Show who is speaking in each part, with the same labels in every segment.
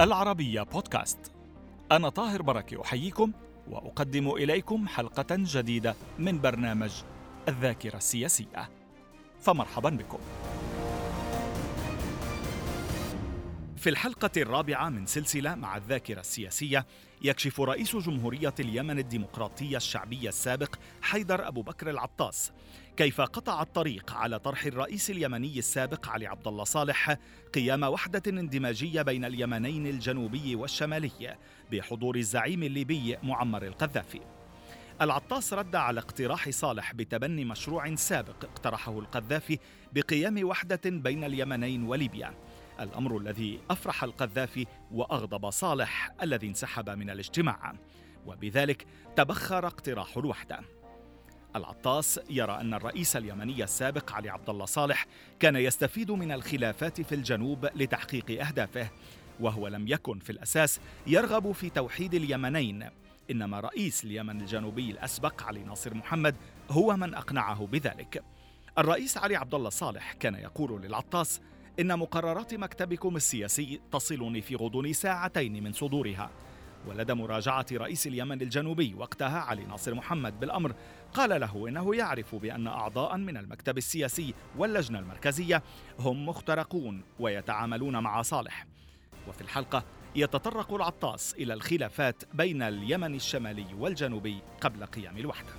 Speaker 1: العربية بودكاست أنا طاهر بركة أحييكم وأقدم إليكم حلقة جديدة من برنامج الذاكرة السياسية فمرحبا بكم في الحلقة الرابعة من سلسلة مع الذاكرة السياسية يكشف رئيس جمهورية اليمن الديمقراطية الشعبية السابق حيدر أبو بكر العطاس كيف قطع الطريق على طرح الرئيس اليمني السابق علي عبد الله صالح قيام وحدة اندماجية بين اليمنين الجنوبي والشمالي بحضور الزعيم الليبي معمر القذافي. العطاس رد على اقتراح صالح بتبني مشروع سابق اقترحه القذافي بقيام وحدة بين اليمنين وليبيا. الامر الذي افرح القذافي واغضب صالح الذي انسحب من الاجتماع وبذلك تبخر اقتراح الوحده العطاس يرى ان الرئيس اليمني السابق علي عبد الله صالح كان يستفيد من الخلافات في الجنوب لتحقيق اهدافه وهو لم يكن في الاساس يرغب في توحيد اليمنين انما رئيس اليمن الجنوبي الاسبق علي ناصر محمد هو من اقنعه بذلك الرئيس علي عبد الله صالح كان يقول للعطاس إن مقررات مكتبكم السياسي تصلني في غضون ساعتين من صدورها ولدى مراجعة رئيس اليمن الجنوبي وقتها علي ناصر محمد بالأمر قال له إنه يعرف بأن أعضاء من المكتب السياسي واللجنة المركزية هم مخترقون ويتعاملون مع صالح وفي الحلقة يتطرق العطاس إلى الخلافات بين اليمن الشمالي والجنوبي قبل قيام الوحده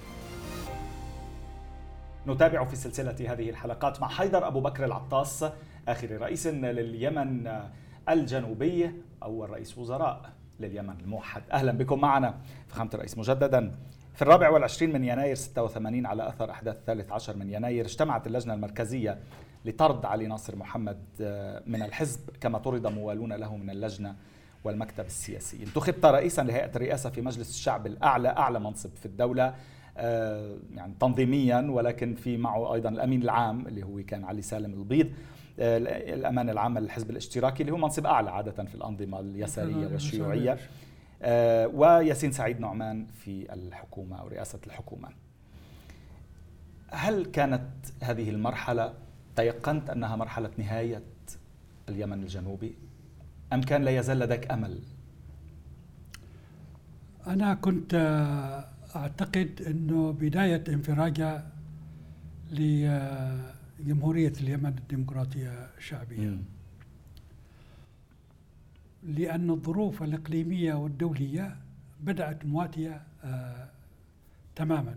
Speaker 2: نتابع في سلسلة هذه الحلقات مع حيدر أبو بكر العطاس آخر رئيس لليمن الجنوبي أول رئيس وزراء لليمن الموحد أهلا بكم معنا فخامة الرئيس مجددا في الرابع والعشرين من يناير 86 على أثر أحداث الثالث عشر من يناير اجتمعت اللجنة المركزية لطرد علي ناصر محمد آه، من الحزب كما طرد موالون له من اللجنة والمكتب السياسي انتخبت رئيسا لهيئة الرئاسة في مجلس الشعب الأعلى أعلى منصب في الدولة يعني تنظيميا ولكن في معه ايضا الامين العام اللي هو كان علي سالم البيض الامانه العامه للحزب الاشتراكي اللي هو منصب اعلى عاده في الانظمه اليساريه والشيوعيه آه، وياسين سعيد نعمان في الحكومه او رئاسه الحكومه. هل كانت هذه المرحله تيقنت انها مرحله نهايه اليمن الجنوبي ام كان لا يزال لديك امل؟
Speaker 3: انا كنت آه، أعتقد أنه بداية انفراجة لجمهورية اليمن الديمقراطية الشعبية م. لأن الظروف الإقليمية والدولية بدأت مواتية آه تماما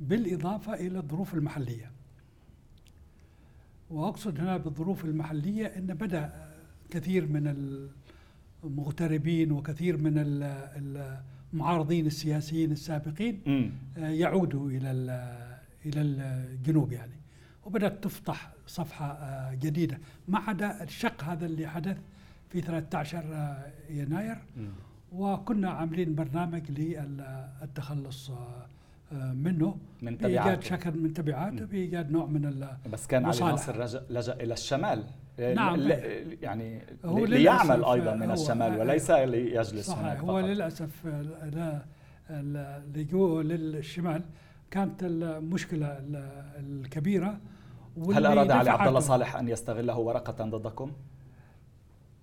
Speaker 3: بالإضافة إلى الظروف المحلية وأقصد هنا بالظروف المحلية أن بدأ كثير من المغتربين وكثير من ال ال المعارضين السياسيين السابقين م. يعودوا الى الى الجنوب يعني وبدات تفتح صفحه جديده ما عدا الشق هذا اللي حدث في 13 يناير م. وكنا عاملين برنامج للتخلص آه، منه
Speaker 2: من تبعاته بايجاد
Speaker 3: شكل من تبعاته بايجاد نوع من
Speaker 2: بس كان علي ناصر لجا الى الشمال
Speaker 3: نعم
Speaker 2: يعني هو ليعمل ايضا من الشمال وليس ليجلس
Speaker 3: صحيح
Speaker 2: هناك
Speaker 3: هو للاسف لا لجوء للشمال كانت المشكله الكبيره
Speaker 2: هل اراد علي عبد الله صالح ان يستغله ورقه ضدكم؟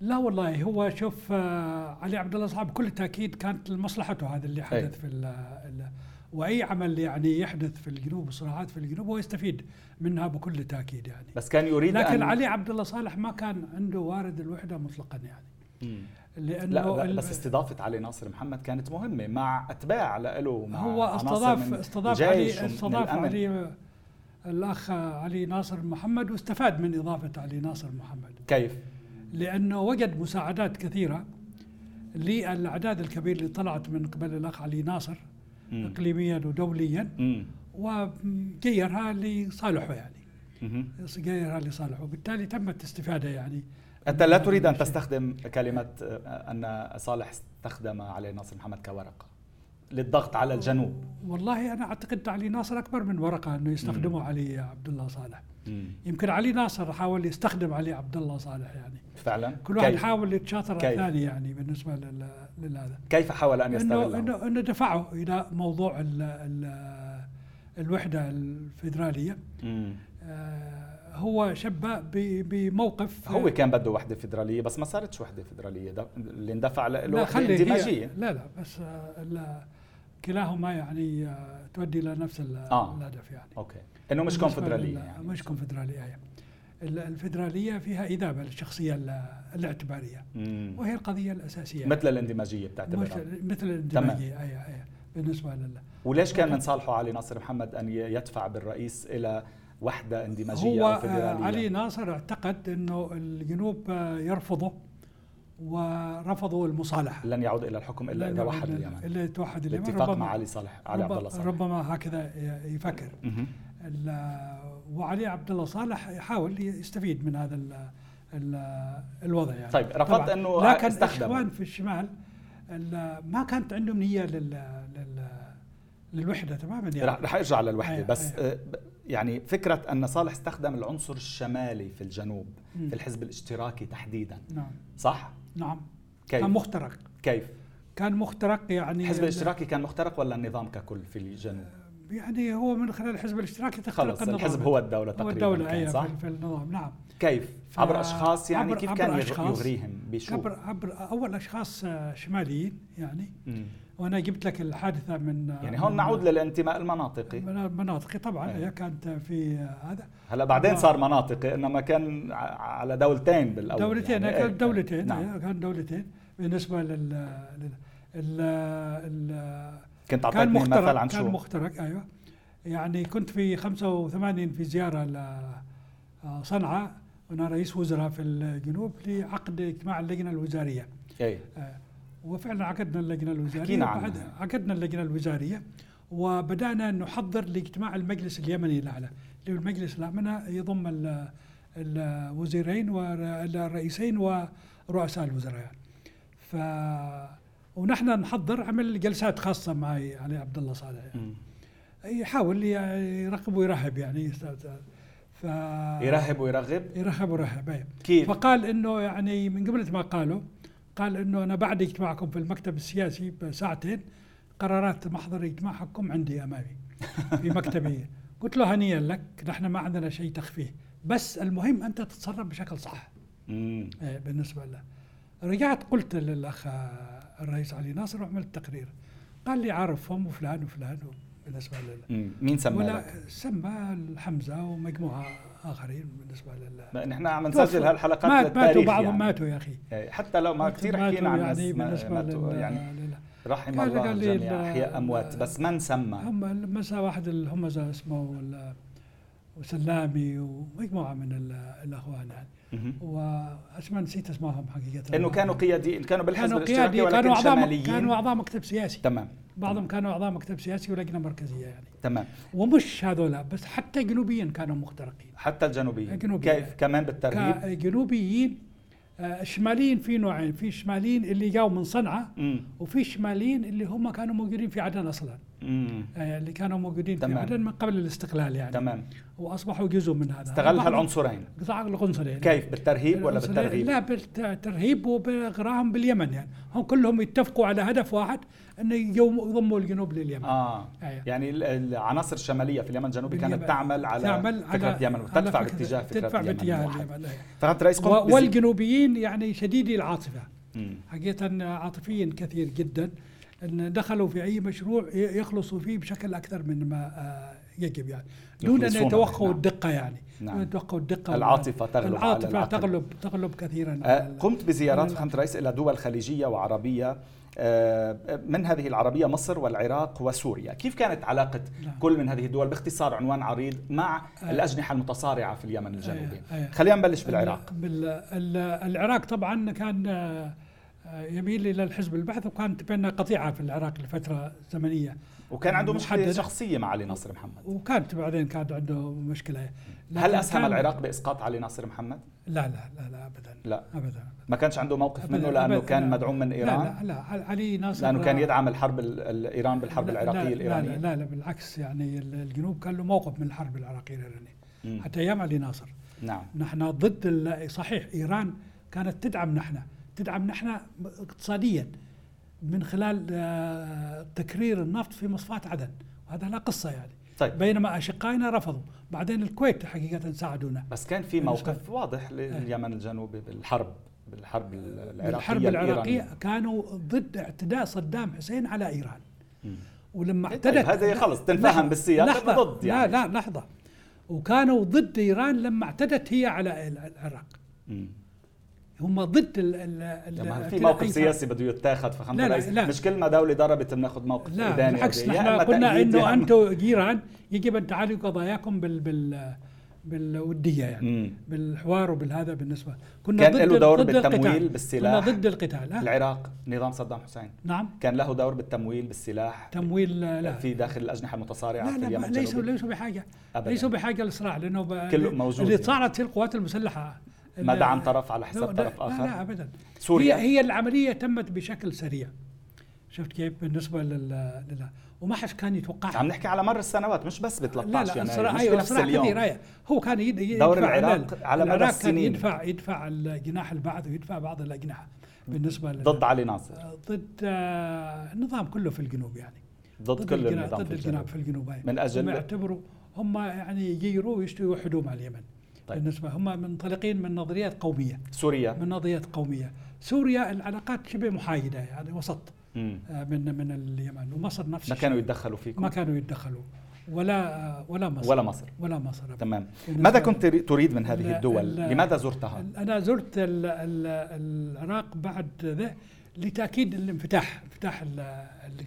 Speaker 3: لا والله هو شوف آه، علي عبد الله صالح بكل تاكيد كانت لمصلحته هذا اللي حدث في ال ال واي عمل يعني يحدث في الجنوب وصراعات في الجنوب هو يستفيد منها بكل تاكيد يعني
Speaker 2: بس كان يريد
Speaker 3: لكن أن علي عبد الله صالح ما كان عنده وارد الوحده مطلقا يعني
Speaker 2: مم. لانه لا, لا بس استضافه علي ناصر محمد كانت مهمه مع اتباع له مع
Speaker 3: هو استضاف استضاف علي استضاف علي الاخ علي ناصر محمد واستفاد من اضافه علي ناصر محمد
Speaker 2: كيف؟
Speaker 3: لانه وجد مساعدات كثيره للاعداد الكبير اللي طلعت من قبل الاخ علي ناصر مم. اقليميا ودوليا مم. وغيرها لصالحه يعني مم. غيرها لصالحه وبالتالي تمت استفاده يعني
Speaker 2: انت لا تريد ان تستخدم كلمه ان صالح استخدم علي ناصر محمد كورقه للضغط على الجنوب
Speaker 3: والله انا اعتقد علي ناصر اكبر من ورقه انه يستخدمه علي عبد الله صالح يمكن علي ناصر حاول يستخدم علي عبد الله صالح يعني
Speaker 2: فعلا
Speaker 3: كل واحد حاول يتشاطر الثاني يعني بالنسبه لهذا
Speaker 2: كيف حاول ان
Speaker 3: يستغله؟ انه انه دفعه الى موضوع ال ال الوحده الفيدراليه آه هو شبه ب- بموقف
Speaker 2: هو كان بده وحده فدراليه بس ما صارتش وحده فدراليه ده اللي اندفع له
Speaker 3: لا
Speaker 2: وحده
Speaker 3: خلي هي
Speaker 2: اندماجيه
Speaker 3: لا لا بس آه، لا كلاهما يعني آه، تؤدي الى نفس ال-
Speaker 2: آه.
Speaker 3: الهدف يعني
Speaker 2: اوكي انه مش
Speaker 3: بالنسبة
Speaker 2: كونفدراليه
Speaker 3: لل-
Speaker 2: يعني
Speaker 3: مش كونفدراليه يعني. ال- الفدراليه فيها اذابه للشخصيه ال- الاعتباريه
Speaker 2: مم.
Speaker 3: وهي القضيه الاساسيه
Speaker 2: مثل الاندماجيه بتعتبرها
Speaker 3: مثل مثل الاندماجيه اي اي بالنسبه لل
Speaker 2: وليش كان من صالحه علي ناصر محمد ان يدفع بالرئيس الى وحده اندماجيه
Speaker 3: هو
Speaker 2: او فدراليه
Speaker 3: آه، علي ناصر اعتقد انه الجنوب آه، يرفضه ورفضوا المصالحه
Speaker 2: لن يعود الى الحكم الا اذا
Speaker 3: لأنه-
Speaker 2: وحد
Speaker 3: لأنه-
Speaker 2: اليمن
Speaker 3: الا يتوحد اليمن
Speaker 2: الاتفاق
Speaker 3: ربما-
Speaker 2: مع علي صالح علي
Speaker 3: رب-
Speaker 2: عبد الله صالح
Speaker 3: ربما هكذا ي- يفكر
Speaker 2: مهم.
Speaker 3: ال- وعلي عبد الله صالح يحاول يستفيد من هذا ال ال الوضع يعني
Speaker 2: طيب، رفضت
Speaker 3: طبعاً.
Speaker 2: أنه
Speaker 3: لكن
Speaker 2: استخدمه.
Speaker 3: الاخوان في الشمال ال- ما كانت عندهم نيه لل لل للوحده تماما يعني
Speaker 2: رح رح ارجع للوحده
Speaker 3: أيوة،
Speaker 2: بس
Speaker 3: أيوة.
Speaker 2: آه، ب- يعني فكره ان صالح استخدم العنصر الشمالي في الجنوب
Speaker 3: مم.
Speaker 2: في الحزب الاشتراكي تحديدا
Speaker 3: نعم
Speaker 2: صح
Speaker 3: نعم
Speaker 2: كيف
Speaker 3: كان مخترق
Speaker 2: كيف
Speaker 3: كان مخترق يعني
Speaker 2: الحزب الاشتراكي كان مخترق ولا النظام ككل في الجنوب
Speaker 3: يعني هو من خلال الحزب الاشتراكي تخترق
Speaker 2: خلص الحزب هو الدوله
Speaker 3: هو
Speaker 2: تقريبا
Speaker 3: الدوله
Speaker 2: كان،
Speaker 3: أيوة
Speaker 2: صح
Speaker 3: في- في النظام نعم
Speaker 2: كيف
Speaker 3: ف-
Speaker 2: عبر اشخاص يعني
Speaker 3: عبر-
Speaker 2: كيف
Speaker 3: عبر
Speaker 2: كان يغ-
Speaker 3: أشخاص.
Speaker 2: يغريهم بشو
Speaker 3: عبر عبر اول اشخاص آه، شماليين يعني
Speaker 2: مم.
Speaker 3: وانا جبت لك الحادثه من آه،
Speaker 2: يعني هون
Speaker 3: من-
Speaker 2: نعود للانتماء المناطقي
Speaker 3: من- مناطقي طبعا
Speaker 2: أيوة.
Speaker 3: هي كانت في هذا
Speaker 2: هلا بعدين
Speaker 3: آه.
Speaker 2: صار مناطقي انما كان ع- على دولتين بالاول
Speaker 3: دولتين
Speaker 2: يعني. إيه.
Speaker 3: كانت دولتين
Speaker 2: نعم.
Speaker 3: نعم. كان دولتين بالنسبه لل لل ال- ال-
Speaker 2: كنت
Speaker 3: كان
Speaker 2: اعطيتني مثل
Speaker 3: مخترق
Speaker 2: عن
Speaker 3: كان
Speaker 2: شو
Speaker 3: مخترق ايوه يعني كنت في 85 في زياره لصنعاء وانا رئيس وزراء في الجنوب لعقد اجتماع اللجنه الوزاريه
Speaker 2: ايه
Speaker 3: آه، وفعلا عقدنا اللجنه الوزاريه
Speaker 2: حكينا
Speaker 3: وبعد-
Speaker 2: عنها.
Speaker 3: عقدنا اللجنه الوزاريه وبدانا نحضر لاجتماع المجلس اليمني الاعلى اللي هو المجلس الاعلى يضم ال- الوزيرين والرئيسين ورؤساء الوزراء يعني. ف ونحن نحضر عمل جلسات خاصه مع علي عبد الله صالح يعني.
Speaker 2: مم.
Speaker 3: يحاول يعني يرقب ويرهب يعني يست- ف
Speaker 2: يرهب ويرغب
Speaker 3: يرهب ويرهب أيوة.
Speaker 2: كيف
Speaker 3: فقال انه يعني من قبل ما قالوا قال انه انا بعد اجتماعكم في المكتب السياسي بساعتين قرارات محضر اجتماعكم عندي امامي في مكتبي قلت له هنيئا لك نحن ما عندنا شيء تخفيه بس المهم انت تتصرف بشكل صح
Speaker 2: مم.
Speaker 3: إيه، بالنسبه له رجعت قلت للاخ الرئيس علي ناصر وعملت تقرير قال لي عارفهم وفلان وفلان بالنسبه لله
Speaker 2: مم. مين سمى لك؟
Speaker 3: ولا سمى الحمزه ومجموعه اخرين بالنسبه لله
Speaker 2: نحن عم نسجل
Speaker 3: توفوا.
Speaker 2: هالحلقات
Speaker 3: مات
Speaker 2: للتاريخ
Speaker 3: ماتوا بعضهم
Speaker 2: يعني.
Speaker 3: ماتوا يا اخي
Speaker 2: إيه، حتى لو ما كثير حكينا عن
Speaker 3: ماتوا
Speaker 2: ناس
Speaker 3: يعني
Speaker 2: ما-
Speaker 3: بالنسبه
Speaker 2: ماتوا
Speaker 3: لل
Speaker 2: يعني
Speaker 3: لل-
Speaker 2: رحم
Speaker 3: قال-
Speaker 2: الله
Speaker 3: قال لي
Speaker 2: الجميع
Speaker 3: ال-
Speaker 2: احياء اموات بس من سمى
Speaker 3: هم مسا واحد الهمزه اسمه ولا وسلامي ومجموعه من ال- الاخوان يعني
Speaker 2: مهم.
Speaker 3: واسماء نسيت اسمائهم حقيقه
Speaker 2: انه كانوا قياديين كانوا بالحزب
Speaker 3: كانوا
Speaker 2: الاشتراكي
Speaker 3: قيادي كانوا
Speaker 2: ولكن
Speaker 3: اعضاء كانوا
Speaker 2: شماليين
Speaker 3: اعضاء مكتب سياسي
Speaker 2: تمام
Speaker 3: بعضهم كانوا اعضاء مكتب سياسي ولجنه مركزيه يعني
Speaker 2: تمام
Speaker 3: ومش هذولا بس حتى جنوبيا كانوا مخترقين
Speaker 2: حتى الجنوبيين
Speaker 3: الجنوبيين.
Speaker 2: كيف كمان بالترهيب
Speaker 3: كجنوبيين آه، شماليين في نوعين في شماليين اللي جاوا من صنعاء
Speaker 2: مم.
Speaker 3: وفي شماليين اللي هم كانوا موجودين في عدن اصلا
Speaker 2: مم.
Speaker 3: آه، اللي كانوا موجودين في
Speaker 2: تمام.
Speaker 3: عدن من قبل الاستقلال يعني
Speaker 2: تمام
Speaker 3: واصبحوا جزء من هذا
Speaker 2: استغل
Speaker 3: بعض-
Speaker 2: هالعنصرين
Speaker 3: قطاع العنصرين
Speaker 2: كيف بالترهيب ولا
Speaker 3: العنصرين- يعني. لا
Speaker 2: بالترغيب
Speaker 3: بالترهيب وباغراهم باليمن يعني هم كلهم يتفقوا على هدف واحد انه يجو- يضموا الجنوب لليمن
Speaker 2: اه
Speaker 3: أيوة.
Speaker 2: يعني ال- العناصر الشماليه في اليمن الجنوبي كانت
Speaker 3: باليمن.
Speaker 2: تعمل على
Speaker 3: تعمل
Speaker 2: فكره
Speaker 3: على-
Speaker 2: اليمن
Speaker 3: على
Speaker 2: وتدفع باتجاه فكره
Speaker 3: تدفع باتجاه
Speaker 2: اليمن
Speaker 3: اليمن أيوة.
Speaker 2: فهمت رئيس قمت
Speaker 3: و-
Speaker 2: بزي-
Speaker 3: والجنوبيين يعني شديدي العاطفه
Speaker 2: مم.
Speaker 3: حقيقه عاطفيين كثير جدا ان دخلوا في اي مشروع ي- يخلصوا فيه بشكل اكثر من ما آه، يجب يعني دون ان
Speaker 2: يخلصون
Speaker 3: يتوقعوا
Speaker 2: نعم.
Speaker 3: الدقه يعني
Speaker 2: نعم.
Speaker 3: دون أن يتوقعوا الدقه
Speaker 2: العاطفة تغلب على
Speaker 3: العاطفه
Speaker 2: العقل.
Speaker 3: تغلب تغلب كثيرا
Speaker 2: آه،
Speaker 3: على ال-
Speaker 2: قمت بزيارات
Speaker 3: على
Speaker 2: فخامة الرئيس إلى دول خليجية وعربية آه، من هذه العربية مصر والعراق وسوريا كيف كانت علاقة
Speaker 3: نعم.
Speaker 2: كل من هذه الدول باختصار عنوان عريض مع
Speaker 3: آه.
Speaker 2: الأجنحة المتصارعة في اليمن الجنوبي
Speaker 3: آه، آه.
Speaker 2: خلينا نبلش بالعراق
Speaker 3: بال- ال- العراق طبعا كان آه، آه، يميل الى الحزب البعث وكانت بيننا قطيعه في العراق لفتره زمنيه
Speaker 2: وكان عنده مشكلة
Speaker 3: محددة.
Speaker 2: شخصية مع علي ناصر محمد
Speaker 3: وكانت بعدين كان عنده مشكله
Speaker 2: هل
Speaker 3: لكن
Speaker 2: أسهم
Speaker 3: كان-
Speaker 2: العراق بإسقاط علي ناصر محمد؟
Speaker 3: لا لا لا لا ابدا
Speaker 2: لا
Speaker 3: ابدا
Speaker 2: ما كانش عنده موقف
Speaker 3: أبداً،
Speaker 2: منه لأنه
Speaker 3: أبداً.
Speaker 2: كان مدعوم من إيران
Speaker 3: لا لا, لا علي ناصر
Speaker 2: لأنه كان يدعم الحرب ال- ال- إيران بالحرب
Speaker 3: لا-
Speaker 2: العراقية
Speaker 3: لا
Speaker 2: الإيرانية
Speaker 3: لا, لا لا بالعكس يعني ال- الجنوب كان له موقف من الحرب العراقية الإيرانية
Speaker 2: مم.
Speaker 3: حتى أيام علي ناصر
Speaker 2: نعم
Speaker 3: نحن ضد ال- صحيح إيران كانت تدعم نحن تدعم نحن اقتصاديا من خلال آه، تكرير النفط في مصفاة عدن وهذا لا قصة يعني
Speaker 2: طيب.
Speaker 3: بينما أشقائنا رفضوا بعدين الكويت حقيقة ساعدونا
Speaker 2: بس كان في
Speaker 3: من
Speaker 2: موقف
Speaker 3: الخلف.
Speaker 2: واضح لليمن الجنوبي بالحرب بالحرب العراقيه
Speaker 3: الحرب العراقية
Speaker 2: الإيرانية.
Speaker 3: كانوا ضد اعتداء صدام حسين على إيران
Speaker 2: مم.
Speaker 3: ولما
Speaker 2: طيب،
Speaker 3: اعتدت
Speaker 2: هذا
Speaker 3: لا،
Speaker 2: خلص تنفهم
Speaker 3: لحظة،
Speaker 2: بالسياق
Speaker 3: لحظة
Speaker 2: إنه ضد يعني.
Speaker 3: لا لا لحظة وكانوا ضد إيران لما اعتدت هي على ال- العراق
Speaker 2: مم.
Speaker 3: هم ضد ال ال ال-
Speaker 2: يعني ما في
Speaker 3: اعتداء
Speaker 2: موقف
Speaker 3: أي
Speaker 2: سياسي بده يتاخذ فخامه
Speaker 3: لا، لا،
Speaker 2: الرئيس
Speaker 3: لا.
Speaker 2: مش كل ما دوله ضربت بناخذ موقف
Speaker 3: لا
Speaker 2: إيداني
Speaker 3: بالعكس
Speaker 2: يا إما
Speaker 3: نحن قلنا
Speaker 2: تأييد
Speaker 3: انه
Speaker 2: يا إما-
Speaker 3: انتم ايران يجب ان تعالجوا قضاياكم بال بال بالوديه يعني
Speaker 2: مم.
Speaker 3: بالحوار وبالهذا بالنسبه كنا
Speaker 2: كان
Speaker 3: ضد
Speaker 2: له دور
Speaker 3: ضد القتال.
Speaker 2: بالتمويل، بالسلاح.
Speaker 3: كنا ضد القتال آه.
Speaker 2: العراق نظام صدام حسين
Speaker 3: نعم
Speaker 2: كان له دور بالتمويل بالسلاح
Speaker 3: تمويل آه، لا
Speaker 2: في داخل الاجنحه المتصارعه
Speaker 3: لا
Speaker 2: في
Speaker 3: لا
Speaker 2: اليمن
Speaker 3: ما- ليسوا
Speaker 2: الجنوبي
Speaker 3: ليسوا بحاجه
Speaker 2: أبداً.
Speaker 3: ليسوا بحاجه للصراع لانه ب...
Speaker 2: كله موجود
Speaker 3: اللي
Speaker 2: يعني.
Speaker 3: صارت هي القوات المسلحه
Speaker 2: ما
Speaker 3: ال-
Speaker 2: دعم طرف على حساب
Speaker 3: لا-
Speaker 2: طرف
Speaker 3: لا لا
Speaker 2: اخر
Speaker 3: ابدا
Speaker 2: سوريا.
Speaker 3: هي هي العمليه تمت بشكل سريع شفت كيف بالنسبه لل, لل... وما حد كان يتوقعها
Speaker 2: عم نحكي على مر السنوات مش بس ب
Speaker 3: لا
Speaker 2: 13
Speaker 3: لا
Speaker 2: يناير
Speaker 3: الصراع
Speaker 2: مش
Speaker 3: ايوه
Speaker 2: بنفس
Speaker 3: الصراع كثير
Speaker 2: اليوم
Speaker 3: أيوة. هو كان يد- يدفع
Speaker 2: دور
Speaker 3: على-
Speaker 2: العراق على مدى
Speaker 3: العراق كان
Speaker 2: السنين.
Speaker 3: يدفع يدفع الاجنحه البعث ويدفع بعض الاجنحه بالنسبه لل-
Speaker 2: ضد علي ناصر
Speaker 3: آه، ضد آه، النظام كله في الجنوب يعني
Speaker 2: ضد كل
Speaker 3: الجنا-
Speaker 2: النظام
Speaker 3: ضد
Speaker 2: في
Speaker 3: الجناب
Speaker 2: الجنوب
Speaker 3: في الجنوب هاي.
Speaker 2: من أجل-
Speaker 3: هم يعتبروا هم يعني يغيروا ويشتوا يوحدوا مع اليمن
Speaker 2: طيب.
Speaker 3: طيب. بالنسبه هم منطلقين من نظريات قوميه
Speaker 2: سوريا
Speaker 3: من نظريات قوميه سوريا العلاقات شبه محايده يعني وسط
Speaker 2: مم.
Speaker 3: آه، من من اليمن ومصر نفس
Speaker 2: ما
Speaker 3: الشيء
Speaker 2: كانوا يتدخلوا
Speaker 3: ما
Speaker 2: فيكم
Speaker 3: كانوا يتدخلوا ولا آه، ولا مصر
Speaker 2: ولا مصر
Speaker 3: ولا مصر أبداً.
Speaker 2: تمام
Speaker 3: بالنسبة
Speaker 2: ماذا كنت تري- تريد من
Speaker 3: ال-
Speaker 2: هذه الدول
Speaker 3: ال-
Speaker 2: لماذا زرتها
Speaker 3: انا زرت ال- ال- العراق بعد ذا لتاكيد الانفتاح انفتاح ال-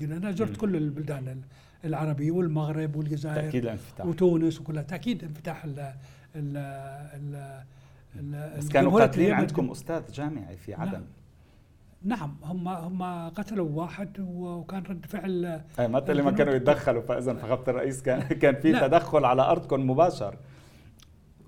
Speaker 3: ال- انا زرت كل البلدان ال- العربيه والمغرب والجزائر
Speaker 2: تاكيد الانفتاح
Speaker 3: وتونس وكلها تاكيد انفتاح ال ال ال ال-
Speaker 2: بس كانوا
Speaker 3: الجمهورية
Speaker 2: قاتلين
Speaker 3: اليمن-
Speaker 2: عندكم استاذ جامعي في عدن
Speaker 3: نعم هم هم قتلوا واحد وكان رد فعل
Speaker 2: أي آه، ما تقول لي ما كانوا يتدخلوا فاذا فخامه الرئيس كان كان في
Speaker 3: لا.
Speaker 2: تدخل على ارضكم مباشر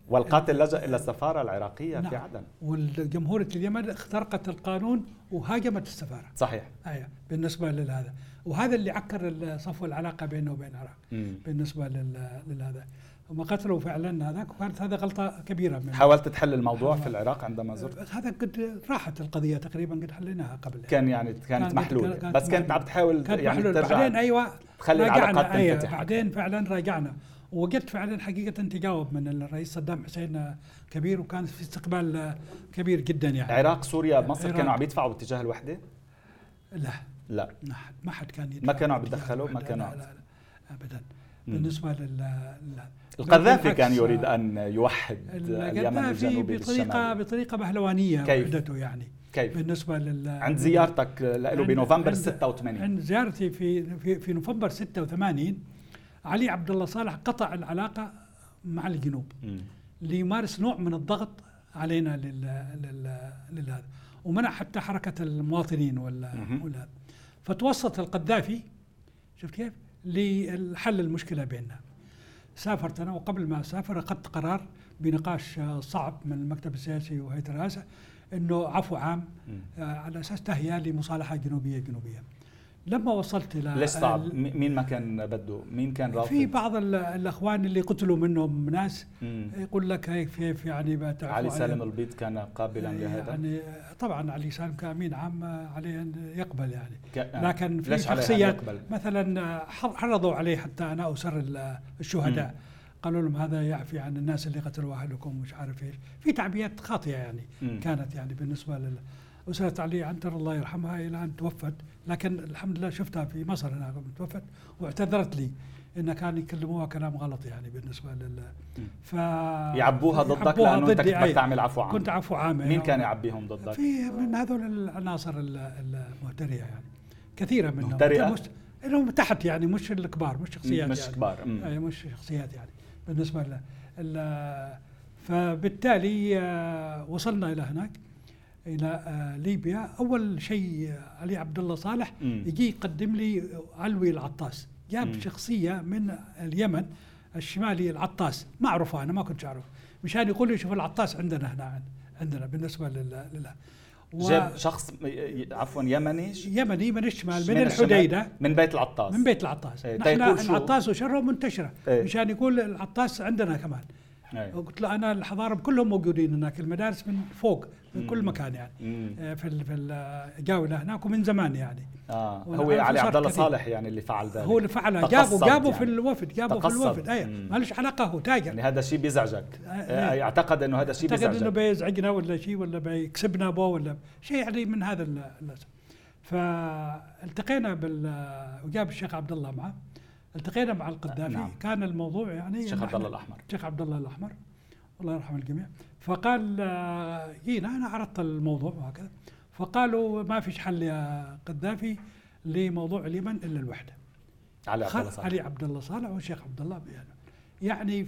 Speaker 2: والقاتل لجا الى السفاره العراقيه في
Speaker 3: نعم.
Speaker 2: عدن
Speaker 3: والجمهورية اليمن اخترقت القانون وهاجمت السفارة
Speaker 2: صحيح
Speaker 3: أيوة بالنسبة لهذا وهذا اللي عكر صفو العلاقة بينه وبين العراق
Speaker 2: مم.
Speaker 3: بالنسبة لل- لهذا هم قتلوا فعلا هذاك وكانت هذا غلطة كبيرة من
Speaker 2: حاولت تحل الموضوع في العراق عندما زرت
Speaker 3: هذا قد راحت القضية تقريبا قد حليناها قبل
Speaker 2: كان يعني كانت,
Speaker 3: كانت-
Speaker 2: محلولة
Speaker 3: كانت
Speaker 2: بس كانت
Speaker 3: محلولة.
Speaker 2: عم تحاول
Speaker 3: كانت
Speaker 2: يعني
Speaker 3: محلولة
Speaker 2: ترجع
Speaker 3: بعدين أيوة
Speaker 2: تخلي العلاقات
Speaker 3: راجعنا، أيوة
Speaker 2: تنفتح
Speaker 3: بعدين فعلا راجعنا ووجدت فعلا حقيقة تجاوب من الرئيس صدام حسين آه، كبير وكان في استقبال آه، كبير جدا يعني
Speaker 2: العراق سوريا مصر
Speaker 3: العراق.
Speaker 2: كانوا عم يدفعوا باتجاه الوحده
Speaker 3: لا
Speaker 2: لا
Speaker 3: ما حد ما حد كان يدفع
Speaker 2: ما كانوا عم
Speaker 3: بالاتجاه
Speaker 2: يتدخلوا؟ ما
Speaker 3: الواحد.
Speaker 2: كانوا
Speaker 3: لا
Speaker 2: عم-
Speaker 3: لا لا ابدا
Speaker 2: مم.
Speaker 3: بالنسبه لل لل-
Speaker 2: القذافي
Speaker 3: بالعكس،
Speaker 2: كان يريد
Speaker 3: آه،
Speaker 2: ان يوحد اليمن
Speaker 3: القذافي
Speaker 2: الجنوبي
Speaker 3: بطريقه
Speaker 2: بالشمال
Speaker 3: بطريقه بهلوانيه
Speaker 2: كيف؟
Speaker 3: وحدته يعني
Speaker 2: كيف
Speaker 3: بالنسبه
Speaker 2: عند
Speaker 3: لل
Speaker 2: يعني. زيارتك له
Speaker 3: عند-
Speaker 2: بنوفمبر
Speaker 3: عند-
Speaker 2: 86
Speaker 3: عند زيارتي في في في نوفمبر 86 علي عبد الله صالح قطع العلاقه مع الجنوب
Speaker 2: مم.
Speaker 3: ليمارس نوع من الضغط علينا لل لل للهذا ومنع حتى حركه المواطنين ولا
Speaker 2: مهم.
Speaker 3: ولا فتوسط القذافي شفت كيف؟ لحل المشكله بيننا سافرت انا وقبل ما اسافر اخذت قرار بنقاش آه، صعب من المكتب السياسي وهيئه الرئاسه انه عفو عام
Speaker 2: مم.
Speaker 3: آه، على اساس تهيئه لمصالحه جنوبيه جنوبيه لما وصلت الى
Speaker 2: ليش صعب؟
Speaker 3: ال-
Speaker 2: م- مين ما كان بده؟ مين كان رافض؟
Speaker 3: في بعض ال- الاخوان اللي قتلوا منهم ناس
Speaker 2: مم.
Speaker 3: يقول لك هيك كيف يعني بتعرفوا
Speaker 2: علي
Speaker 3: عليهم.
Speaker 2: سالم البيض كان قابلا لهذا
Speaker 3: يعني طبعا علي سالم كامين عام عليه ان يقبل يعني
Speaker 2: ك- آه.
Speaker 3: لكن في
Speaker 2: ليش عليه أن
Speaker 3: شخصيات
Speaker 2: يقبل؟
Speaker 3: مثلا حر- حرضوا عليه حتى انا اسر ال- الشهداء قالوا لهم هذا يعفي عن الناس اللي قتلوا اهلكم مش عارف ايش في تعبيات خاطئه يعني
Speaker 2: مم.
Speaker 3: كانت يعني بالنسبه لل أسرة علي عنتر الله يرحمها إلى أن توفت لكن الحمد لله شفتها في مصر هناك لما توفت واعتذرت لي إن كان يكلموها كلام غلط يعني بالنسبة لل ف
Speaker 2: يعبوها ضدك
Speaker 3: يعبوها
Speaker 2: لانه انت
Speaker 3: ضدي،
Speaker 2: كنت بدك
Speaker 3: أي.
Speaker 2: تعمل عفو عام
Speaker 3: كنت عفو عام
Speaker 2: مين
Speaker 3: يعني.
Speaker 2: كان يعبيهم ضدك؟
Speaker 3: في من هذول العناصر ال- المهترئه يعني كثيره منهم
Speaker 2: مهترئة؟
Speaker 3: مش- انهم تحت يعني مش الكبار مش شخصيات
Speaker 2: مش
Speaker 3: يعني.
Speaker 2: كبار، أمم.
Speaker 3: أي مش شخصيات يعني بالنسبه ل ال- فبالتالي آه، وصلنا الى هناك الى آه، ليبيا اول شيء آه، علي عبد الله صالح
Speaker 2: أمم.
Speaker 3: يجي يقدم لي علوي العطاس جاب
Speaker 2: أمم.
Speaker 3: شخصيه من اليمن الشمالي العطاس معروفه انا ما كنت اعرف مشان يقول لي شوف العطاس عندنا هنا عندنا بالنسبه لل لله
Speaker 2: جاب شخص م- ي- عفوا يمني ش-
Speaker 3: يمني من الشمال من,
Speaker 2: من الشمال،
Speaker 3: الحديده
Speaker 2: من بيت العطاس
Speaker 3: من بيت العطاس
Speaker 2: إيه،
Speaker 3: نحن
Speaker 2: تيقول شو؟
Speaker 3: العطاس وشره منتشره
Speaker 2: إيه.
Speaker 3: مشان يقول العطاس عندنا كمان
Speaker 2: أي.
Speaker 3: قلت له انا الحضارم كلهم موجودين هناك المدارس من فوق من كل مكان يعني
Speaker 2: مم.
Speaker 3: آه، في ال- في الجاوله هناك ومن زمان يعني
Speaker 2: اه
Speaker 3: وأنا
Speaker 2: هو
Speaker 3: أعرف
Speaker 2: علي
Speaker 3: صار
Speaker 2: عبد الله
Speaker 3: كثير.
Speaker 2: صالح يعني اللي فعل ذلك
Speaker 3: هو اللي فعله
Speaker 2: تقصد
Speaker 3: جابوا جابوا
Speaker 2: يعني.
Speaker 3: في الوفد جابوا في
Speaker 2: تقصد.
Speaker 3: الوفد اي
Speaker 2: مم.
Speaker 3: ما لهش علاقه هو تاجر
Speaker 2: يعني هذا الشيء بيزعجك
Speaker 3: آه،
Speaker 2: آه، اعتقد انه هذا الشيء
Speaker 3: اعتقد انه
Speaker 2: بيزعجك
Speaker 3: بيزعجنا ولا شيء ولا بيكسبنا به ولا شيء يعني من هذا ال- الناس فالتقينا بال وجاب الشيخ عبد الله معه التقينا مع القذافي
Speaker 2: نعم.
Speaker 3: نعم. كان الموضوع يعني إن
Speaker 2: الشيخ عبد
Speaker 3: إحنا-
Speaker 2: الله الاحمر
Speaker 3: الشيخ عبد الله الاحمر الله يرحم الجميع فقال آه، جينا انا عرضت الموضوع وهكذا فقالوا ما فيش حل يا قذافي لموضوع اليمن الا الوحده
Speaker 2: علي عبد الله
Speaker 3: خل-
Speaker 2: صالح
Speaker 3: علي عبد الله صالح والشيخ عبد الله بيان يعني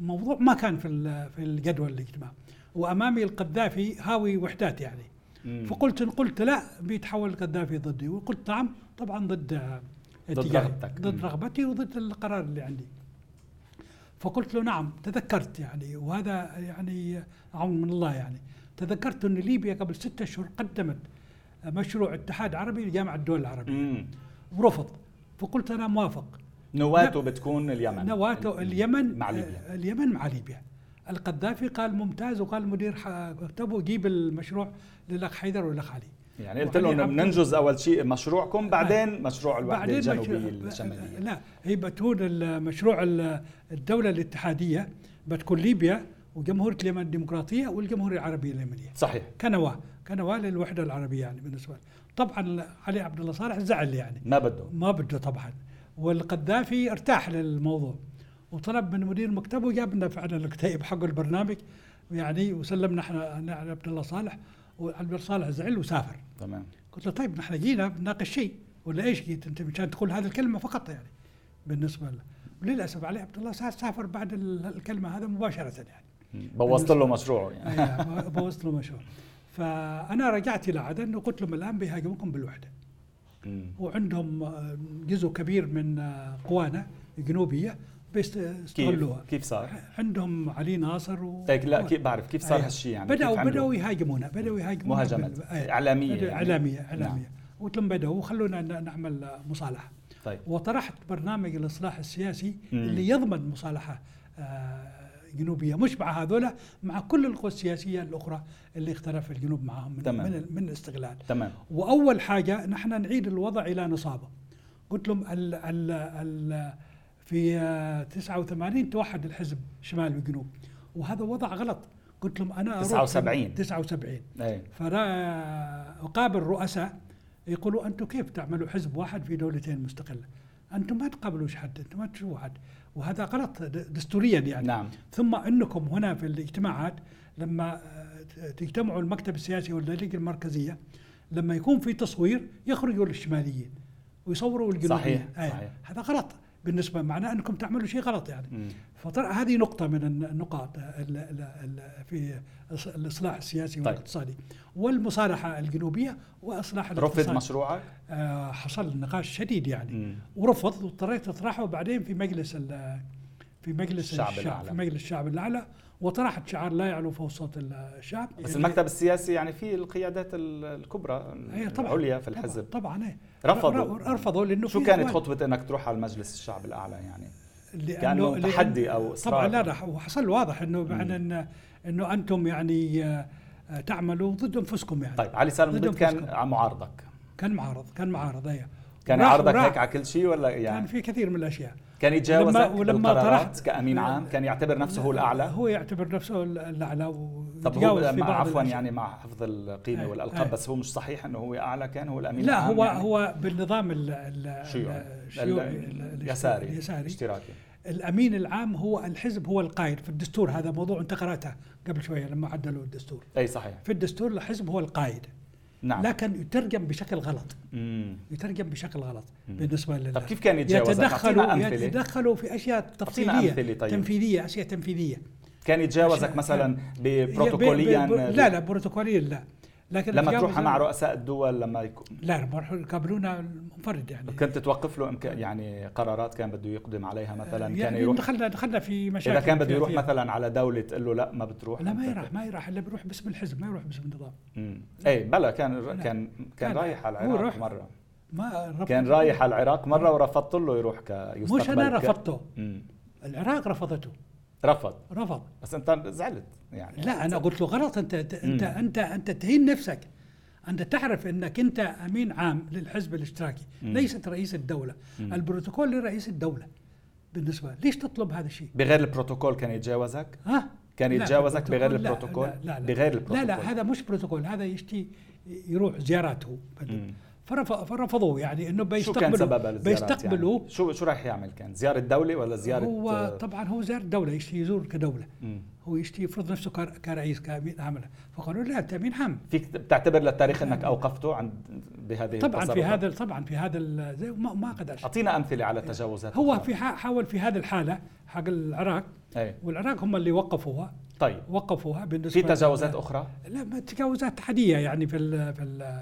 Speaker 3: موضوع ما كان في ال- في الجدول الاجتماع وامامي القذافي هاوي وحدات يعني
Speaker 2: مم.
Speaker 3: فقلت ان قلت لا بيتحول القذافي ضدي وقلت نعم طبعا ضد اتجاهي.
Speaker 2: رغبتك.
Speaker 3: ضد
Speaker 2: مم.
Speaker 3: رغبتي وضد القرار اللي عندي فقلت له نعم تذكرت يعني وهذا يعني عون من الله يعني تذكرت ان ليبيا قبل ستة اشهر قدمت مشروع اتحاد عربي لجامعه الدول العربيه
Speaker 2: مم.
Speaker 3: ورفض فقلت انا موافق
Speaker 2: نواته بتكون اليمن
Speaker 3: نواتو اليمن
Speaker 2: مع ليبيا
Speaker 3: آه، اليمن مع ليبيا القذافي قال ممتاز وقال مدير ح- مكتبه جيب المشروع للاخ حيدر والاخ علي
Speaker 2: يعني قلت لهم
Speaker 3: وعلي
Speaker 2: إنه
Speaker 3: عبد-
Speaker 2: بننجز اول شيء مشروعكم بعدين مشروع الوحده
Speaker 3: آه. بعدين مش-
Speaker 2: الجنوبيه الشماليه
Speaker 3: لا هي بتكون المشروع ال- الدوله الاتحاديه بتكون ليبيا وجمهوريه اليمن الديمقراطيه والجمهوريه العربيه اليمنيه
Speaker 2: صحيح
Speaker 3: كنواه كنواه للوحده العربيه يعني بالنسبه له. طبعا علي عبد الله صالح زعل يعني
Speaker 2: ما بدهم
Speaker 3: ما بده طبعا والقذافي ارتاح للموضوع وطلب من مدير مكتبه جاب لنا فعلا الكتيب حق البرنامج يعني وسلمنا احنا أنا على عبد الله صالح وعبد الله صالح زعل وسافر
Speaker 2: تمام
Speaker 3: قلت له طيب نحن جينا بنناقش شيء ولا ايش جيت انت مشان تقول هذه الكلمه فقط يعني بالنسبه له وللاسف علي عبد الله سا- سافر بعد ال- الكلمه هذا مباشره يعني
Speaker 2: بوظت له مشروعه يعني
Speaker 3: أي، بوظت له مشروع فانا رجعت الى عدن وقلت لهم الان بيهاجمكم بالوحده
Speaker 2: مم.
Speaker 3: وعندهم آه، جزء كبير من آه، قوانا الجنوبيه
Speaker 2: كيف
Speaker 3: بيستغلوها
Speaker 2: كيف صار؟
Speaker 3: عندهم علي ناصر و...
Speaker 2: طيب لا كيف بعرف كيف صار
Speaker 3: أيوة.
Speaker 2: هالشيء يعني كيف
Speaker 3: بداوا
Speaker 2: عملوا؟
Speaker 3: بداوا يهاجمونا بداوا يهاجمونا
Speaker 2: مهاجمات
Speaker 3: بال- أي.
Speaker 2: إعلامية
Speaker 3: آه، بدأوا
Speaker 2: يعني.
Speaker 3: اعلاميه
Speaker 2: نعم.
Speaker 3: اعلاميه قلت لهم بداوا وخلونا ن- نعمل آه، مصالحه
Speaker 2: طيب
Speaker 3: وطرحت برنامج الاصلاح السياسي
Speaker 2: مم.
Speaker 3: اللي يضمن مصالحه آه، جنوبيه مش مع هذولا مع كل القوى السياسيه الاخرى اللي اختلف الجنوب معهم من
Speaker 2: تمام.
Speaker 3: من, ال- من الاستغلال
Speaker 2: تمام
Speaker 3: واول حاجه نحن نعيد الوضع الى نصابه قلت لهم ال ال ال في آه، 89 توحد الحزب شمال وجنوب وهذا وضع غلط قلت لهم انا أروح-
Speaker 2: 79.
Speaker 3: 79
Speaker 2: اي
Speaker 3: فلا اقابل رؤساء يقولوا انتم كيف تعملوا حزب واحد في دولتين مستقله انتم ما تقابلوش حد انتم ما تشوفوا حد وهذا غلط د- دستوريا يعني
Speaker 2: نعم
Speaker 3: ثم انكم هنا في الاجتماعات لما آه، ت- تجتمعوا المكتب السياسي واللجنه المركزيه لما يكون في تصوير يخرجوا للشماليين ويصوروا الجنوبيين
Speaker 2: صحيح،
Speaker 3: أي.
Speaker 2: صحيح.
Speaker 3: هذا غلط بالنسبه معناه انكم تعملوا شيء غلط يعني
Speaker 2: مم.
Speaker 3: فطلع هذه نقطة من الن- النقاط آه، ال- ال- ال- في إص- الإصلاح السياسي
Speaker 2: طيب.
Speaker 3: والاقتصادي والمصالحة الجنوبية وإصلاح
Speaker 2: رفض
Speaker 3: الاقتصاد
Speaker 2: مشروعك
Speaker 3: آه حصل نقاش شديد يعني
Speaker 2: مم.
Speaker 3: ورفض واضطريت أطرحه بعدين في مجلس ال- في مجلس
Speaker 2: الشعب
Speaker 3: الشعب, الشعب
Speaker 2: الأعلى.
Speaker 3: في مجلس الشعب الأعلى وطرحت شعار لا يعلو فوق صوت الشعب
Speaker 2: بس
Speaker 3: اللي-
Speaker 2: المكتب السياسي يعني فيه القيادات ال- الكبرى
Speaker 3: إيه طبعا
Speaker 2: العليا في الحزب
Speaker 3: طبعا, طبعاً إيه.
Speaker 2: رفضوا.
Speaker 3: ر- رفضوا لأنه
Speaker 2: شو
Speaker 3: في
Speaker 2: كانت
Speaker 3: أموال.
Speaker 2: خطوة انك تروح على مجلس الشعب الاعلى يعني؟
Speaker 3: لأنه-
Speaker 2: كأنه
Speaker 3: لأن-
Speaker 2: تحدي أو إصرار.
Speaker 3: طبعا لا لا وحصل واضح انه معنى إن انه انتم يعني آه، آه، تعملوا ضد انفسكم يعني
Speaker 2: طيب علي سالم
Speaker 3: ضد
Speaker 2: ضد كان
Speaker 3: أنفسكم.
Speaker 2: ع- معارضك
Speaker 3: كان معارض كان معارض ايوه
Speaker 2: كان
Speaker 3: وراح-
Speaker 2: يعارضك
Speaker 3: وراح-
Speaker 2: هيك على كل شيء ولا
Speaker 3: كان
Speaker 2: يعني
Speaker 3: في كثير من الاشياء
Speaker 2: كان يتجاوزك
Speaker 3: لما- ولما
Speaker 2: بالقرارات
Speaker 3: طرحت-
Speaker 2: كامين عام كان يعتبر نفسه هو الاعلى
Speaker 3: هو يعتبر نفسه ال- الاعلى
Speaker 2: طب
Speaker 3: ويتجاوز
Speaker 2: هو
Speaker 3: في
Speaker 2: مع
Speaker 3: بعض
Speaker 2: عفوا
Speaker 3: الأشياء.
Speaker 2: يعني مع حفظ القيمه
Speaker 3: أي.
Speaker 2: والالقاب
Speaker 3: أي.
Speaker 2: بس هو مش صحيح انه هو اعلى كان هو الامين
Speaker 3: لا
Speaker 2: العام
Speaker 3: هو
Speaker 2: يعني.
Speaker 3: هو بالنظام ال- ال-
Speaker 2: شيوعي
Speaker 3: الشيوعي
Speaker 2: ال-
Speaker 3: ال-
Speaker 2: اليساري
Speaker 3: اليساري
Speaker 2: اشتراكي
Speaker 3: الامين العام هو الحزب هو القائد في الدستور هذا موضوع انت قراته قبل شويه لما عدلوا الدستور
Speaker 2: اي صحيح
Speaker 3: في الدستور الحزب هو القائد
Speaker 2: نعم
Speaker 3: لكن يترجم بشكل غلط
Speaker 2: مم.
Speaker 3: يترجم بشكل غلط
Speaker 2: مم.
Speaker 3: بالنسبه لل
Speaker 2: طب كيف كان يتجاوزك؟
Speaker 3: يتدخلوا
Speaker 2: أعطينا أمثلة.
Speaker 3: يتدخلوا في اشياء
Speaker 2: أعطينا
Speaker 3: تفصيليه
Speaker 2: أمثلة طيب.
Speaker 3: تنفيذيه اشياء تنفيذيه
Speaker 2: كان يتجاوزك مثلا ببروتوكوليا
Speaker 3: ب- ب- ب- لا لا بروتوكوليا لا لكن
Speaker 2: لما
Speaker 3: الجواب
Speaker 2: تروح مع
Speaker 3: زي-
Speaker 2: رؤساء الدول لما يكون
Speaker 3: لا مرحو- يقابلونا منفرد يعني
Speaker 2: كنت توقف له إمكا- يعني قرارات كان بده يقدم عليها مثلا كان
Speaker 3: يعني
Speaker 2: يروح
Speaker 3: دخلنا دخلنا في مشاكل
Speaker 2: اذا كان بده يروح
Speaker 3: سياسية.
Speaker 2: مثلا على دوله تقول له لا ما بتروح
Speaker 3: لا ما
Speaker 2: أنت.
Speaker 3: يروح ما يروح الا بيروح باسم الحزب ما يروح باسم النظام
Speaker 2: مم. اي بلا كان
Speaker 3: لا.
Speaker 2: كان كان
Speaker 3: لا.
Speaker 2: رايح على
Speaker 3: هو
Speaker 2: العراق
Speaker 3: راح.
Speaker 2: مره
Speaker 3: ما رفض-
Speaker 2: كان رايح على العراق مره ورفضت له يروح ك
Speaker 3: مش انا
Speaker 2: يستقبل ك-
Speaker 3: رفضته
Speaker 2: مم.
Speaker 3: العراق رفضته
Speaker 2: رفض
Speaker 3: رفض
Speaker 2: بس انت زعلت يعني
Speaker 3: لا انا قلت له غلط انت انت انت انت, انت تهين نفسك انت تعرف انك انت امين عام للحزب الاشتراكي
Speaker 2: مم.
Speaker 3: ليست رئيس الدوله البروتوكول لرئيس الدوله بالنسبه ليش تطلب هذا الشيء
Speaker 2: بغير البروتوكول كان يتجاوزك
Speaker 3: ها
Speaker 2: كان
Speaker 3: لا،
Speaker 2: يتجاوزك يعني بغير
Speaker 3: لا،
Speaker 2: البروتوكول؟
Speaker 3: لا لا لا
Speaker 2: بغير
Speaker 3: لا
Speaker 2: البروتوكول.
Speaker 3: لا هذا مش بروتوكول هذا يشتي يروح زياراته
Speaker 2: مم.
Speaker 3: فرف- فرفضوه يعني انه
Speaker 2: شو كان سببها
Speaker 3: بيستقبلوا
Speaker 2: للزيارات
Speaker 3: بيستقبلوا
Speaker 2: يعني؟ شو شو رايح يعمل كان زياره دوله ولا زياره
Speaker 3: هو
Speaker 2: آه،
Speaker 3: طبعا هو زار الدوله يشتي يزور كدوله
Speaker 2: مم.
Speaker 3: هو يشتي يفرض نفسه كر- كرئيس كامين عام فقالوا له لا انت امين عام
Speaker 2: فيك بتعتبر للتاريخ انك اوقفته عند بهذه
Speaker 3: طبعا في
Speaker 2: التصرفات؟
Speaker 3: هذا طبعا في هذا ال- زي ما, ما قدرش
Speaker 2: اعطينا امثله على تجاوزات
Speaker 3: هو
Speaker 2: أخرى.
Speaker 3: في حا- حاول في هذه الحاله حق العراق
Speaker 2: أي.
Speaker 3: والعراق هم اللي وقفوها
Speaker 2: طيب
Speaker 3: وقفوها
Speaker 2: في
Speaker 3: بالنسبه
Speaker 2: تجاوزات
Speaker 3: لل-
Speaker 2: اخرى
Speaker 3: لا ما تجاوزات عاديه يعني في ال في ال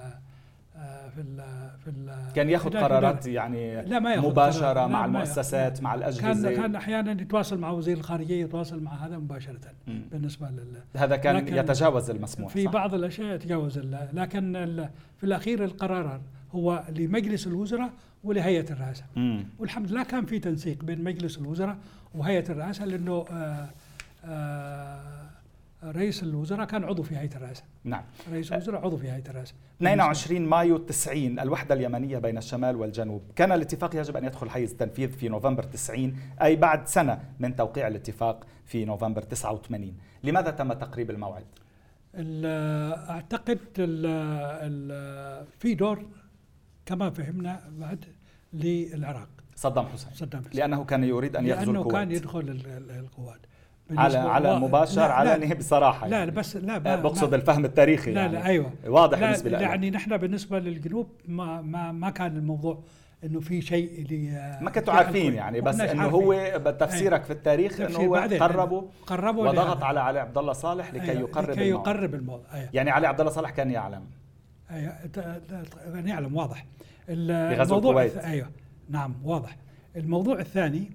Speaker 3: في ال في ال
Speaker 2: كان ياخذ
Speaker 3: في ال-
Speaker 2: قرارات يعني
Speaker 3: لا ما ياخذ
Speaker 2: مباشره
Speaker 3: قرار. لا،
Speaker 2: مع
Speaker 3: ما ياخذ.
Speaker 2: المؤسسات مع
Speaker 3: كان
Speaker 2: الاجهزه
Speaker 3: كان احيانا يتواصل مع وزير الخارجيه يتواصل مع هذا مباشره
Speaker 2: مم.
Speaker 3: بالنسبه لل
Speaker 2: هذا كان
Speaker 3: لكن
Speaker 2: يتجاوز المسموح
Speaker 3: في
Speaker 2: صح؟
Speaker 3: بعض الاشياء يتجاوز ال- لكن ال- في الاخير القرار هو لمجلس الوزراء ولهيئه الرئاسه
Speaker 2: مم.
Speaker 3: والحمد لله كان في تنسيق بين مجلس الوزراء وهيئه الرئاسه لانه آه، آه، رئيس الوزراء كان عضو في هيئه الرئاسه
Speaker 2: نعم
Speaker 3: رئيس الوزراء عضو في هيئه الرئاسه
Speaker 2: 22 مايو 90 الوحدة اليمنية بين الشمال والجنوب كان الاتفاق يجب أن يدخل حيز التنفيذ في نوفمبر 90 أي بعد سنة من توقيع الاتفاق في نوفمبر 89 لماذا تم تقريب الموعد؟
Speaker 3: ال- اعتقد ال ال في دور كما فهمنا بعد للعراق
Speaker 2: صدام حسين
Speaker 3: صدام حسين
Speaker 2: لأنه كان يريد أن يغزو
Speaker 3: لأنه كان
Speaker 2: الكويت
Speaker 3: يدخل ال- ال- القوات
Speaker 2: على
Speaker 3: بالنسبة
Speaker 2: على
Speaker 3: لله- لا-
Speaker 2: مباشر
Speaker 3: لا-
Speaker 2: علني بصراحة
Speaker 3: لا
Speaker 2: يعني.
Speaker 3: بس لا ما-
Speaker 2: أه، بقصد
Speaker 3: ما-
Speaker 2: الفهم التاريخي
Speaker 3: لا
Speaker 2: يعني.
Speaker 3: لا ايوه
Speaker 2: واضح
Speaker 3: لا
Speaker 2: بالنسبة لي
Speaker 3: يعني نحن بالنسبه للجنوب ما ما ما كان الموضوع انه في شيء لي
Speaker 2: ما كنتوا عارفين يعني بس انه هو تفسيرك في التاريخ انه هو قربه
Speaker 3: قربوا
Speaker 2: وضغط
Speaker 3: لهذا.
Speaker 2: على علي عبد الله صالح لكي
Speaker 3: أيوة،
Speaker 2: يقرب
Speaker 3: لكي
Speaker 2: الموعد.
Speaker 3: يقرب الموضوع أيوة.
Speaker 2: يعني علي عبد الله صالح كان يعلم
Speaker 3: ايوه ت- ت- يعني يعلم واضح ال-
Speaker 2: بغزو
Speaker 3: الموضوع
Speaker 2: الكويت.
Speaker 3: الث- ايوه نعم واضح الموضوع الثاني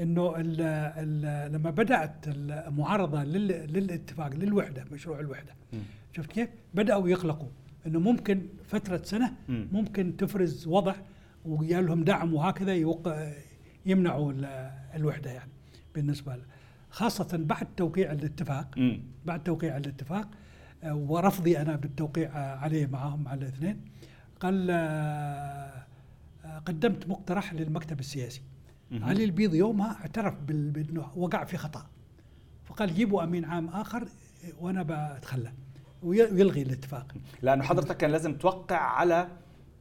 Speaker 3: انه ال ال لما بدات المعارضه لل للاتفاق للوحده مشروع الوحده
Speaker 2: مم.
Speaker 3: شفت كيف؟ بداوا يقلقوا انه ممكن فتره سنه
Speaker 2: مم.
Speaker 3: ممكن تفرز وضع ويا لهم دعم وهكذا يوق... يمنعوا ال- الوحده يعني بالنسبه له خاصه بعد توقيع الاتفاق
Speaker 2: مم.
Speaker 3: بعد توقيع الاتفاق آه، ورفضي انا بالتوقيع آه، عليه معهم على الاثنين قال آه، آه، قدمت مقترح للمكتب السياسي
Speaker 2: مهم.
Speaker 3: علي البيض يومها اعترف بال- بانه وقع في خطا فقال جيبوا امين عام اخر وانا بتخلى وي- ويلغي الاتفاق
Speaker 2: لانه حضرتك كان لازم توقع على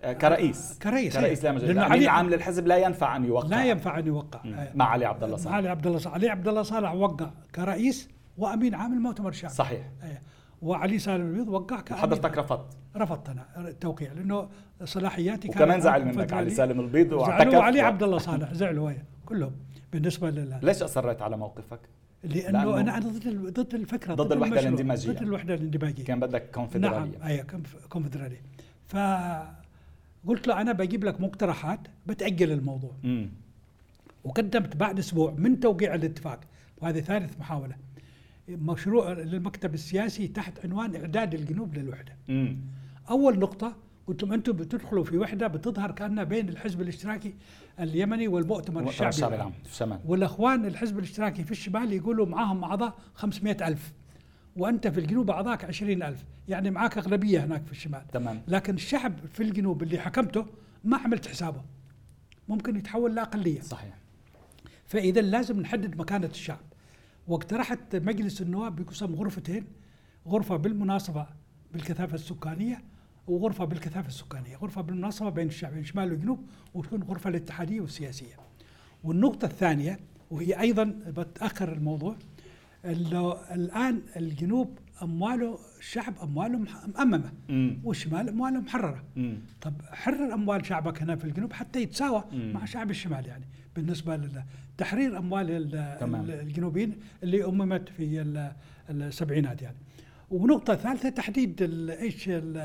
Speaker 2: آه، كرئيس
Speaker 3: كرئيس،
Speaker 2: كرئيس لا
Speaker 3: أيوة.
Speaker 2: مجال
Speaker 3: لأنه
Speaker 2: الامين
Speaker 3: علي-
Speaker 2: العام للحزب لا ينفع ان يوقع
Speaker 3: لا ينفع ان يوقع
Speaker 2: مم.
Speaker 3: آه،
Speaker 2: مع علي عبد الله صالح
Speaker 3: علي عبد الله صالح علي عبد الله صالح وقع كرئيس وامين عام المؤتمر الشعبي
Speaker 2: صحيح
Speaker 3: آه، وعلي سالم البيض وقع كأمين
Speaker 2: حضرتك رفضت
Speaker 3: رفضت انا التوقيع لانه صلاحياتي كانت
Speaker 2: وكمان زعل
Speaker 3: أكثر
Speaker 2: منك
Speaker 3: فترة
Speaker 2: علي
Speaker 3: لي.
Speaker 2: سالم البيض
Speaker 3: زعلوا
Speaker 2: واعتكف
Speaker 3: علي عبد الله صالح زعلوا هي كلهم بالنسبه لل
Speaker 2: ليش اصريت على موقفك؟ لأنه-
Speaker 3: لانه انا انا ضد ال- ضد الفكره
Speaker 2: ضد الوحدة
Speaker 3: المشروع،
Speaker 2: الاندماجية.
Speaker 3: ضد الوحده الاندماجيه
Speaker 2: كان بدك كونفدراليه
Speaker 3: نعم اي كونفدراليه ف قلت له انا بجيب لك مقترحات بتاجل الموضوع
Speaker 2: مم.
Speaker 3: وقدمت بعد اسبوع من توقيع الاتفاق وهذه ثالث محاوله مشروع للمكتب السياسي تحت عنوان اعداد الجنوب للوحده
Speaker 2: مم.
Speaker 3: اول نقطه قلت لهم انتم بتدخلوا في وحده بتظهر كانها بين الحزب الاشتراكي اليمني والمؤتمر
Speaker 2: الشعب
Speaker 3: الشعبي
Speaker 2: الشعب
Speaker 3: العام.
Speaker 2: العام في الشمال
Speaker 3: والاخوان الحزب الاشتراكي في الشمال يقولوا معاهم اعضاء 500 الف وانت في الجنوب اعضاك 20 الف يعني معاك اغلبيه هناك في الشمال
Speaker 2: تمام
Speaker 3: لكن الشعب في الجنوب اللي حكمته ما عملت حسابه ممكن يتحول لاقليه
Speaker 2: صحيح
Speaker 3: فاذا لازم نحدد مكانه الشعب واقترحت مجلس النواب بقسم غرفتين غرفه بالمناسبه بالكثافه السكانيه وغرفه بالكثافه السكانيه غرفه بالمناسبه بين الشعبين الشمال والجنوب وتكون غرفه الاتحاديه والسياسيه والنقطه الثانيه وهي ايضا بتاخر الموضوع إنه الان الجنوب امواله الشعب امواله مح- مأممه
Speaker 2: مم.
Speaker 3: والشمال امواله محرره
Speaker 2: مم.
Speaker 3: طب حرر اموال شعبك هنا في الجنوب حتى يتساوى
Speaker 2: مم.
Speaker 3: مع شعب الشمال يعني بالنسبه لل تحرير اموال ال-
Speaker 2: تمام.
Speaker 3: ال- الجنوبيين اللي اممت في ال- السبعينات يعني ونقطة ثالثة تحديد ال- ايش ال-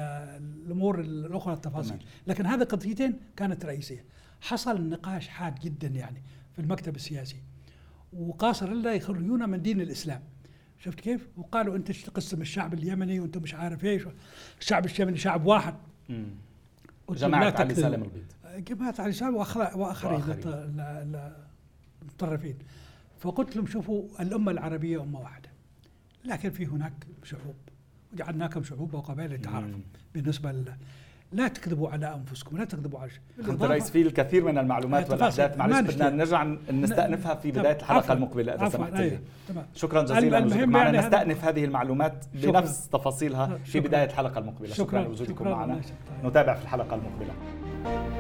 Speaker 3: الامور الاخرى التفاصيل،
Speaker 2: تمام.
Speaker 3: لكن هذه قضيتين كانت رئيسية. حصل نقاش حاد جدا يعني في المكتب السياسي. وقاصر الله يخرجونا من دين الاسلام. شفت كيف؟ وقالوا انت تقسم الشعب اليمني وانت مش عارف ايش، الشعب اليمني شعب واحد.
Speaker 2: مم.
Speaker 3: قلت لهم لا
Speaker 2: جماعه علي
Speaker 3: تكذبوا.
Speaker 2: سالم البيض
Speaker 3: جماعة علي سالم وآخر- وآخرين
Speaker 2: وآخرين.
Speaker 3: لط- ل- ل- المتطرفين فقلت لهم شوفوا الأمة العربية أمة واحدة لكن في هناك شعوب وجعلناكم شعوب وقبائل لتعارفوا
Speaker 2: مم.
Speaker 3: بالنسبة لله لا تكذبوا على أنفسكم لا تكذبوا على شيء
Speaker 2: حضرت رئيس في الكثير من المعلومات
Speaker 3: تفاصيل.
Speaker 2: والاحداث معلش
Speaker 3: ما
Speaker 2: بدنا
Speaker 3: نشتغل.
Speaker 2: نرجع نستأنفها في بدايه الحلقه المقبله اذا سمحت لي
Speaker 3: أيوة. تمام
Speaker 2: شكرا جزيلا
Speaker 3: أيوه. المهم
Speaker 2: لوجودكم معنا
Speaker 3: يعني هذا-
Speaker 2: نستأنف هذه المعلومات
Speaker 3: شكراً.
Speaker 2: بنفس تفاصيلها في
Speaker 3: شكراً.
Speaker 2: بداية الحلقة المقبلة شكرا
Speaker 3: شكراً.
Speaker 2: لوجودكم
Speaker 3: شكراً.
Speaker 2: معنا
Speaker 3: الله يسعدك.
Speaker 2: نتابع في الحلقة المقبلة